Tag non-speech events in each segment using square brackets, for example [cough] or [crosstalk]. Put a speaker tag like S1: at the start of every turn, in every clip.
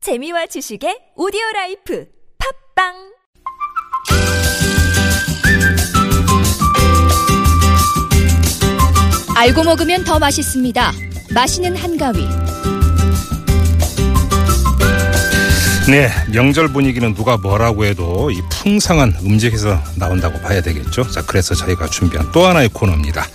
S1: 재미와 지식의 오디오 라이프 팝빵
S2: 알고 먹으면 더 맛있습니다. 맛있는 한가위.
S3: 네, 명절 분위기는 누가 뭐라고 해도 이 풍성한 음식에서 나온다고 봐야 되겠죠. 자, 그래서 저희가 준비한 또 하나의 코너입니다.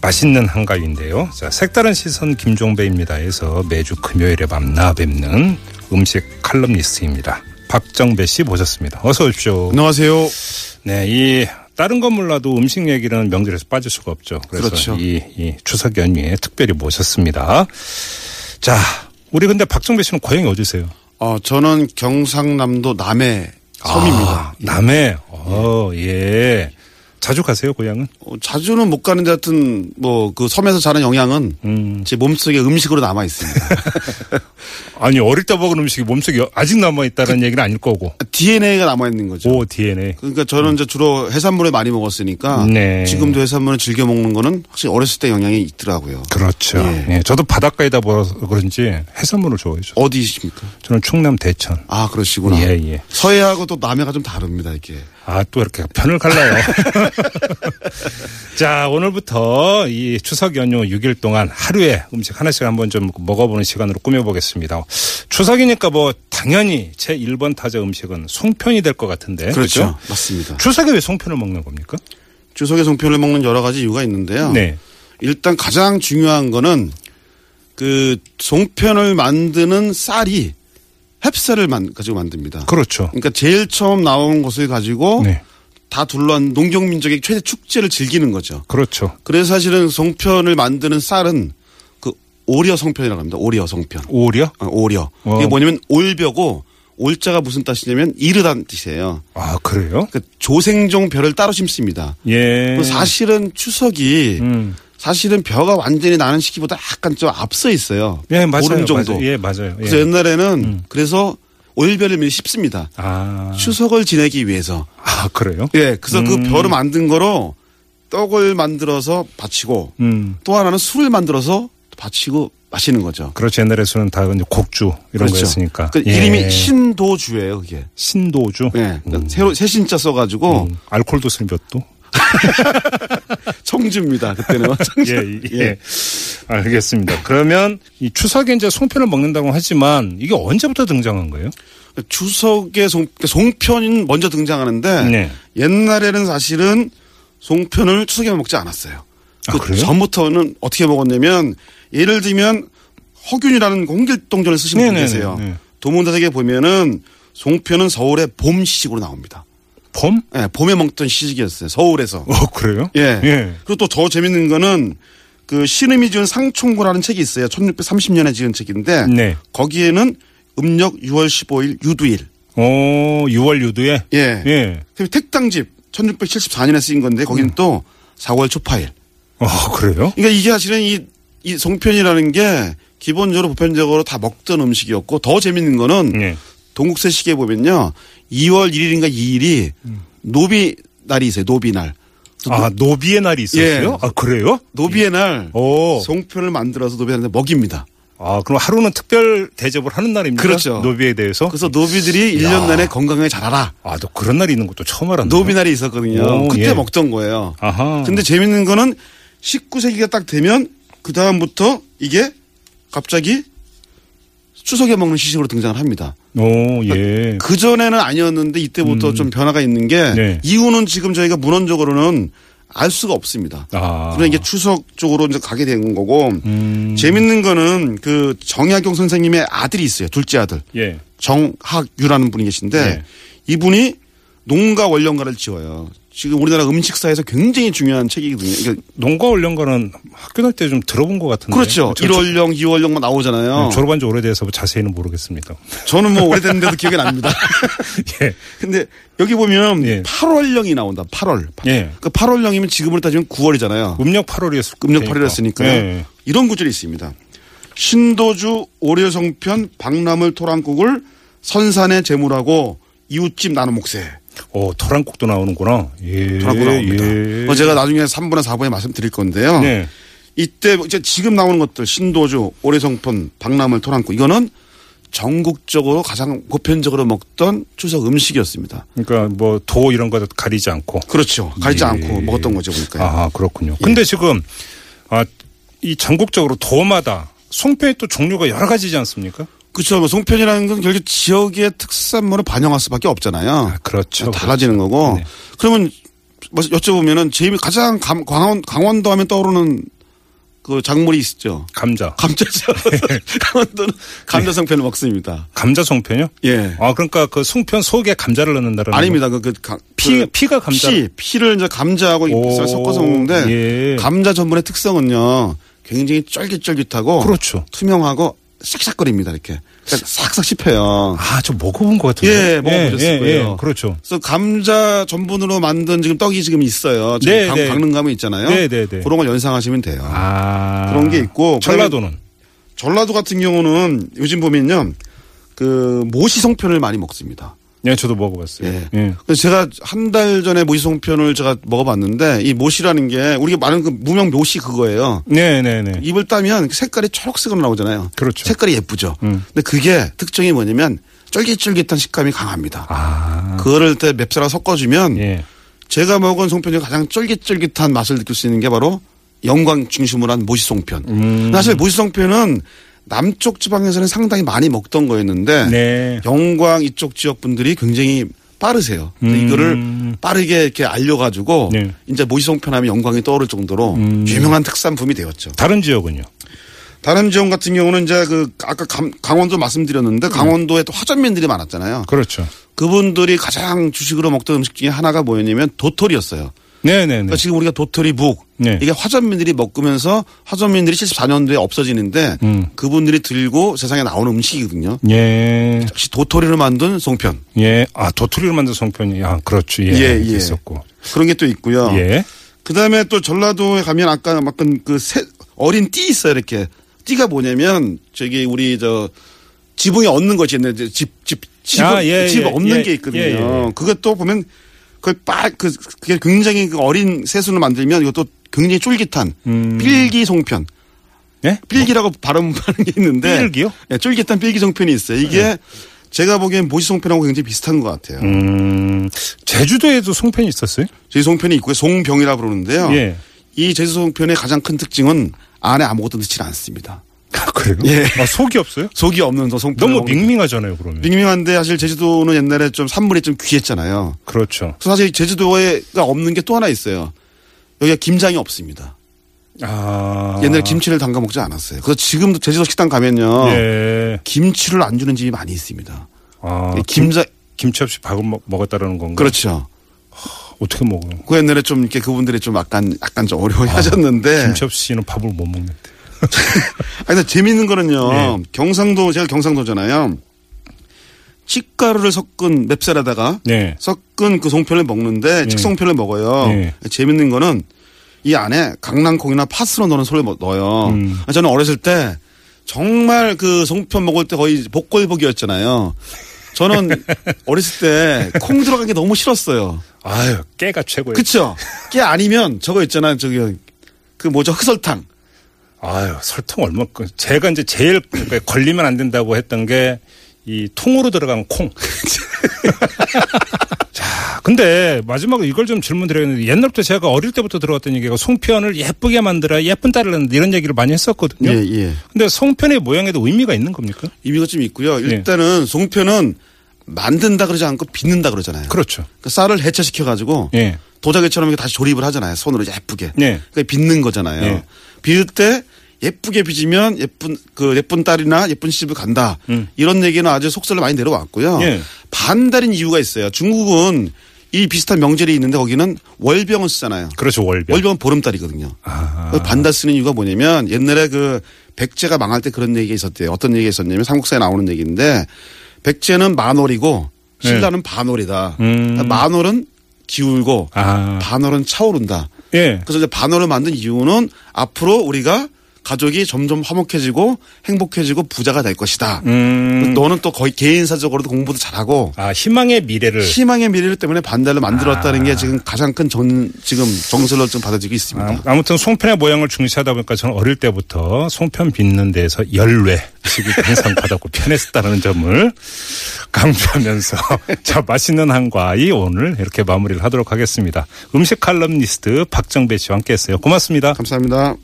S3: 맛있는 한가위인데요. 자, 색다른 시선 김종배입니다에서 매주 금요일에 만나 뵙는 음식 칼럼니스트입니다. 박정배 씨 모셨습니다. 어서 오십시오.
S4: 안녕하세요.
S3: 네, 이 다른 건 몰라도 음식 얘기는 명절에서 빠질 수가 없죠. 그래서
S4: 그렇죠.
S3: 이, 이 추석 연휴에 특별히 모셨습니다. 자, 우리 근데 박정배 씨는 고향이 어디세요?
S4: 어, 저는 경상남도 남해 섬입니다.
S3: 아, 남해. 어, 예. 자주 가세요, 고향은?
S4: 어, 자주는 못 가는데 하여튼 뭐 그 섬에서 자는 영향은
S3: 음.
S4: 제 몸속에 음식으로 남아 있습니다.
S3: [laughs] 아니, 어릴 때 먹은 음식이 몸속에 아직 남아있다는 얘기는 아닐 거고.
S4: DNA가 남아 있는 거죠.
S3: 오, DNA.
S4: 그러니까 저는 이제 주로 해산물을 많이 먹었으니까
S3: 네.
S4: 지금도 해산물을 즐겨 먹는 거는 확실히 어렸을 때 영향이 있더라고요.
S3: 그렇죠.
S4: 예.
S3: 예, 저도 바닷가에다 보아서 그런지 해산물을 좋아해요.
S4: 어디십니까?
S3: 저는 충남 대천.
S4: 아 그러시구나.
S3: 예, 예.
S4: 서해하고 또 남해가 좀 다릅니다 이렇게.
S3: 아, 또 이렇게 편을 갈라요. [laughs] 자, 오늘부터 이 추석 연휴 6일 동안 하루에 음식 하나씩 한번 좀 먹어보는 시간으로 꾸며보겠습니다. 추석이니까 뭐 당연히 제 1번 타자 음식은 송편이 될 것 같은데. 그렇죠?
S4: 맞습니다.
S3: 추석에 왜 송편을 먹는 겁니까?
S4: 주석의 송편을 먹는 여러 가지 이유가 있는데요.
S3: 네.
S4: 일단 가장 중요한 거는 그 송편을 만드는 쌀이 햅쌀을 만, 가지고 만듭니다.
S3: 그렇죠.
S4: 그러니까 제일 처음 나온 것을 가지고
S3: 네.
S4: 다 둘러한 농경민족의 최대 축제를 즐기는 거죠.
S3: 그렇죠.
S4: 그래서 사실은 송편을 만드는 쌀은 그 오려 송편이라고 합니다. 오려 송편.
S3: 오히려?
S4: 아, 오려.
S3: 어.
S4: 이게 뭐냐면 올벼고 올자가 무슨 뜻이냐면 이르단 뜻이에요.
S3: 아, 그래요?
S4: 그러니까 조생종 벼를 따로 심습니다.
S3: 예.
S4: 그 사실은 추석이
S3: 음.
S4: 사실은 벼가 완전히 나는 시기보다 약간 좀 앞서 있어요.
S3: 예, 맞아요.
S4: 보름 정도.
S3: 맞아요. 예, 맞아요.
S4: 그래서
S3: 예.
S4: 옛날에는 그래서 올벼를 밀 씹습니다.
S3: 아, 음.
S4: 추석을 지내기 위해서.
S3: 아, 그래요?
S4: 예, 그래서 그 벼를 만든 거로 떡을 만들어서 바치고
S3: 음.
S4: 또 하나는 술을 만들어서 바치고 마시는 거죠.
S3: 그렇죠. 옛날에 수는 다 이제 곡주 이런
S4: 그렇죠.
S3: 거였으니까.
S4: 그
S3: 예.
S4: 이름이 신도주예요, 그게.
S3: 신도주.
S4: 예. 그러니까 새로 새 신자 써가지고
S3: 음. 알코올도 술몇
S4: [laughs]
S3: 도?
S4: 청주입니다. 그때는 청주.
S3: [laughs] 예. 예. 알겠습니다. 그러면 이 추석에 이제 송편을 먹는다고 하지만 이게 언제부터 등장한 거예요?
S4: 추석에 송, 송편이 먼저 등장하는데
S3: 네.
S4: 옛날에는 사실은 송편을 추석에만 먹지 않았어요.
S3: 아,
S4: 그
S3: 그래요?
S4: 전부터는 어떻게 먹었냐면 예를 들면 허균이라는 홍길동전을 쓰신 분
S3: 네네네,
S4: 계세요.
S3: 네.
S4: 도문사색에 보면은 송편은 서울의 봄 시식으로 나옵니다.
S3: 봄?
S4: 예, 봄에 먹던 시식이었어요. 서울에서.
S3: 어, 그래요?
S4: 예.
S3: 예.
S4: 그리고 또 더 재밌는 거는 그 신음이 지은 상충고라는 책이 있어요. 1630년에 지은 책인데
S3: 네.
S4: 거기에는 음력 6월 15일 유두일
S3: 어, 6월 유두에?
S4: 예.
S3: 예.
S4: 그다음에 택당집 1674년에 쓰인
S3: 음.
S4: 건데 거기는 또 4월 초파일.
S3: 어, 그래요?
S4: 그러니까 이게 사실은 이, 이 송편이라는 게 기본적으로 보편적으로 다 먹던 음식이었고 더 재밌는 거는
S3: 예.
S4: 동국세 시기에 보면요. 2월 1일인가 2일이 노비 날이 있어요. 노비 날.
S3: 음. 아, 노비의 날이 있었어요?
S4: 그 예.
S3: 아, 그래요?
S4: 노비의 날
S3: 오.
S4: 송편을 만들어서 노비한테 먹입니다.
S3: 아, 그럼 하루는 특별 대접을 하는 날입니까?
S4: 그렇죠.
S3: 노비에 대해서?
S4: 그래서 노비들이 1년 내내 건강하게 자라라.
S3: 아, 또 그런 날이 있는 것도 처음 알았네.
S4: 노비 날이 있었거든요.
S3: 오,
S4: 그때
S3: 예.
S4: 먹던 거예요.
S3: 아하.
S4: 근데 재밌는 거는 19세기가 딱 되면 그 다음부터 이게 갑자기 추석에 먹는 시식으로 등장을 합니다.
S3: 오, 예. 음.
S4: 그 전에는 아니었는데 이때부터 좀 변화가 있는 게
S3: 네.
S4: 이유는 지금 저희가 문헌적으로는 알 수가 없습니다.
S3: 아.
S4: 그러나 이게 추석 쪽으로 이제 가게 된 거고
S3: 음.
S4: 재밌는 거는 그 정약용 선생님의 아들이 있어요. 둘째 아들
S3: 예.
S4: 정학유라는 분이 계신데
S3: 네.
S4: 이분이 농가 원령가를 지어요. 지금 우리나라 음식사에서 굉장히 중요한 책이거든요. 그러니까
S3: 농가 훈련과는 학교 다닐 때 좀 들어본 것 같은데.
S4: 그렇죠.
S3: 저- 네, 저-
S4: 1월령, 어. 2월령만 뭐 나오잖아요.
S3: 졸업한 지 오래돼서 자세히는 모르겠습니다.
S4: 저는 뭐 오래됐는데도 [laughs] 기억이 납니다.
S3: [laughs] 예.
S4: 근데 여기 보면
S3: 예.
S4: 8월령이 나온다. 8월.
S3: 예.
S4: 그 8월령이면 지금으로 따지면 9월이잖아요.
S3: 음력 8월이었을
S4: 음력 8월이었으니까요.
S3: 예.
S4: 이런 구절이 있습니다. 신도주 오려성편 박람을 토랑국을 선산에 제물하고 이웃집 나눠 목세.
S3: 오, 토랑국도 나오는구나. 예.
S4: 토랑국 나옵니다.
S3: 예.
S4: 어, 제가 나중에 3분에 4분에 말씀드릴 건데요.
S3: 네.
S4: 이때 이제 지금 나오는 것들 신도주 오래성편 박람을 토랑국 이거는 전국적으로 가장 보편적으로 먹던 추석 음식이었습니다.
S3: 그러니까 뭐 도 이런 거 가리지 않고.
S4: 그렇죠. 가리지
S3: 예.
S4: 않고 먹었던 거죠 보니까. 요 예.
S3: 아 그렇군요. 근데 지금 아, 이 전국적으로 도마다 송편이 또 종류가 여러 가지지 않습니까?
S4: 그렇죠. 뭐 송편이라는 건 결국 지역의 특산물을 반영할 수밖에 없잖아요.
S3: 그렇죠.
S4: 달라지는 거고.
S3: 네.
S4: 그러면 뭐 여쭤보면은 제일 가장 감, 강원 강원도 하면 떠오르는 그 작물이 있죠.
S3: 감자.
S4: 감자죠.
S3: [laughs]
S4: 강원도는 감자 성편을 먹습니다.
S3: 감자 송편이요?
S4: 예.
S3: 아 그러니까 그 송편 속에 감자를 넣는다는.
S4: 아닙니다. 그, 그 가-
S3: 피
S4: 그
S3: 피가 네. 감자.
S4: 피, 피를 이제 감자하고
S3: 오,
S4: 잎을 섞어서 먹는데
S3: 예.
S4: 감자 전분의 특성은요 굉장히 쫄깃쫄깃하고
S3: 그렇죠.
S4: 투명하고 싹싹거립니다 이렇게 그러니까 싹싹 씹혀요.
S3: 아 저 먹어본 것 같은데.
S4: 예, 먹어보셨을 거예요.
S3: 그렇죠.
S4: 그래서 감자 전분으로 만든 지금 떡이 지금 있어요. 지금
S3: 네,
S4: 강,
S3: 네.
S4: 강릉감에 있잖아요.
S3: 네, 네, 네.
S4: 그런 걸 연상하시면 돼요.
S3: 아
S4: 그런 게 있고
S3: 전라도는
S4: 전라도 같은 경우는 요즘 보면요 그 모시 송편을 많이 먹습니다.
S3: 예 저도 먹어봤어요.
S4: 예.
S3: 예.
S4: 그래서 제가 한 달 전에 모시 송편을 제가 먹어봤는데 이 모시라는 게 우리가 말하는 그 무명 묘시 그거예요.
S3: 네, 네, 네.
S4: 입을 따면 색깔이 초록색으로 나오잖아요.
S3: 그렇죠.
S4: 색깔이 예쁘죠. 근데 그게 특징이 뭐냐면 쫄깃쫄깃한 식감이 강합니다.
S3: 아,
S4: 그거를 때 맵쌀하고 섞어주면
S3: 예.
S4: 제가 먹은 송편이 가장 쫄깃쫄깃한 맛을 느낄 수 있는 게 바로 영광 중심으로 한 모시 송편.
S3: 음.
S4: 사실 모시 송편은 남쪽 지방에서는 상당히 많이 먹던 거였는데
S3: 네.
S4: 영광 이쪽 지역 분들이 굉장히 빠르세요. 근데 이거를 빠르게 이렇게 알려가지고
S3: 음. 네. 음.
S4: 이제 모시 송편하면 영광이 떠오를 정도로 유명한 특산품이 되었죠.
S3: 다른 지역은요?
S4: 다른 지역 같은 경우는 이제 그 아까 감- 강원도 말씀드렸는데 강원도에 또 화전민들이 많았잖아요.
S3: 그렇죠.
S4: 그분들이 가장 주식으로 먹던 음식 중에 하나가 뭐였냐면 도토리였어요.
S3: 네, 네, 네.
S4: 그러니까 지금 우리가 도토리 북
S3: 네.
S4: 이게 화전민들이 먹으면서 화전민들이 74년도에 없어지는데
S3: 음.
S4: 그분들이 들고 세상에 나오는 음식이거든요.
S3: 예,
S4: 역시 도토리를 만든 송편
S3: 예. 아 도토리를 만든 송편이, 아 그렇죠. 예,
S4: 예, 예.
S3: 있었고.
S4: 그런 게 또 있고요.
S3: 예,
S4: 그다음에 또 전라도에 가면 아까 막그 그 새- 어린 띠 있어요 이렇게 띠가 뭐냐면 저기 우리 저 지붕에 얹는 것이 있는데 이제 집, 집, 집,
S3: 아, 예,
S4: 집
S3: 예,
S4: 얹는
S3: 예,
S4: 게 있거든요.
S3: 예, 예.
S4: 그게 또 보면 그걸 빠, 그, 그게 굉장히 그 어린 새순을 만들면 이것도 굉장히 쫄깃한
S3: 음.
S4: 필기 송편.
S3: 예.
S4: 필기라고 발음하는 게 있는데.
S3: 필기요? 예.
S4: 예, 쫄깃한 필기 송편이 있어요. 이게 제가 보기엔 모시 송편하고 굉장히 비슷한 것 같아요.
S3: 음, 제주도에도 송편이 있었어요?
S4: 제주 송편이 있고 송병이라 부르는데요.
S3: 예.
S4: 이 제주 송편의 가장 큰 특징은 안에 아무것도 넣지 않습니다.
S3: 아, 그래요?
S4: 예.
S3: 아, 속이 없어요?
S4: 속이 없는 저 송편.
S3: 너무 밍밍하잖아요, 그러면.
S4: 밍밍한데 사실 제주도는 옛날에 좀 산물이 좀 귀했잖아요.
S3: 그렇죠.
S4: 그래서 사실 제주도에가 없는 게 또 하나 있어요. 여기가 김장이 없습니다.
S3: 아,
S4: 옛날에 김치를 담가 먹지 않았어요. 그래서 지금도 제주도 식당 가면요.
S3: 예,
S4: 김치를 안 주는 집이 많이 있습니다.
S3: 아,
S4: 김장
S3: 김치 없이 밥을 먹, 먹었다라는 건가?
S4: 그렇죠.
S3: 어떻게 먹어요?
S4: 그 옛날에 좀 이렇게 그분들이 좀 약간 약간 좀 어려워 하셨는데
S3: 아, 김치 없이는 밥을 못 먹는데.
S4: 아, 근데 재밌는 거는요.
S3: 네.
S4: 경상도 제가 경상도잖아요. 칡가루를 섞은 맵쌀에다가
S3: 네.
S4: 섞은 그 송편을 먹는데 칡송편을 먹어요.
S3: 네.
S4: 재밌는 거는 이 안에 강낭콩이나 파스로 넣는 소를 넣어요.
S3: 음.
S4: 아, 저는 어렸을 때 정말 그 송편 먹을 때 거의 복골복이었잖아요.
S3: [laughs]
S4: 저는 어렸을 때 콩 들어간 게 너무 싫었어요.
S3: 아유, 깨가 최고예요.
S4: 그쵸? 게 아니면 저거 있잖아요. 저기 그 뭐죠? 흑설탕.
S3: 아유, 설탕 얼마, 그- 제가 이제 제일 그러니까 걸리면 안 된다고 했던 게 이 통으로 들어간 [laughs] 콩. 자, 근데 마지막으로 이걸 좀 질문 드려야겠는데 옛날부터 제가 어릴 때부터 들어왔던 얘기가 송편을 예쁘게 만들어 예쁜 딸을 낳는다 이런 얘기를 많이 했었거든요.
S4: 예, 예.
S3: 근데 송편의 모양에도 의미가 있는 겁니까?
S4: 의미가 좀 있고요.
S3: 예.
S4: 일단은 송편은 만든다 그러지 않고 빚는다 그러잖아요.
S3: 그렇죠.
S4: 그러니까 쌀을 해체시켜 가지고
S3: 예.
S4: 도자기처럼 이렇게 다시 조립을 하잖아요. 손으로 예쁘게.
S3: 네.
S4: 그러니까 빚는 거잖아요.
S3: 예.
S4: 빚을 때 예쁘게 빚으면 예쁜 그 예쁜 딸이나 예쁜 시집을 간다. 이런 얘기는 아주 속설로 많이 내려왔고요.
S3: 음. 예.
S4: 반달인 이유가 있어요. 중국은 이 비슷한 명절이 있는데 거기는 월병을 쓰잖아요.
S3: 그렇죠. 월병.
S4: 월병은 보름달이거든요.
S3: 아.
S4: 그 반달 쓰는 이유가 뭐냐면 옛날에 그 백제가 망할 때 그런 얘기가 있었대요. 어떤 얘기가 있었냐면 삼국사에 나오는 얘기인데 백제는 만월이고
S3: 네.
S4: 신라는 반월이다. 그러니까 만월은 기울고
S3: 음. 아.
S4: 반월은 차오른다.
S3: 예.
S4: 그래서 이제 반월을 만든 이유는 앞으로 우리가 가족이 점점 화목해지고 행복해지고 부자가 될 것이다.
S3: 음.
S4: 너는 또 거의 개인사적으로도 공부도 잘하고
S3: 아, 희망의 미래를
S4: 희망의 미래를 때문에 반대로 만들었다는 게 지금 가장 큰 정, 지금 정설로 좀 받아지고 있습니다.
S3: 아, 아무튼 송편의 모양을 중시하다 보니까 저는 어릴 때부터 송편 빚는 데에서 열외 지금 항상 받았고 편했었다는 점을 강조하면서 [laughs] 자 맛있는 한과이 오늘 이렇게 마무리를 하도록 하겠습니다. 음식 칼럼니스트 박정배 씨와 함께했어요. 고맙습니다.
S4: 감사합니다.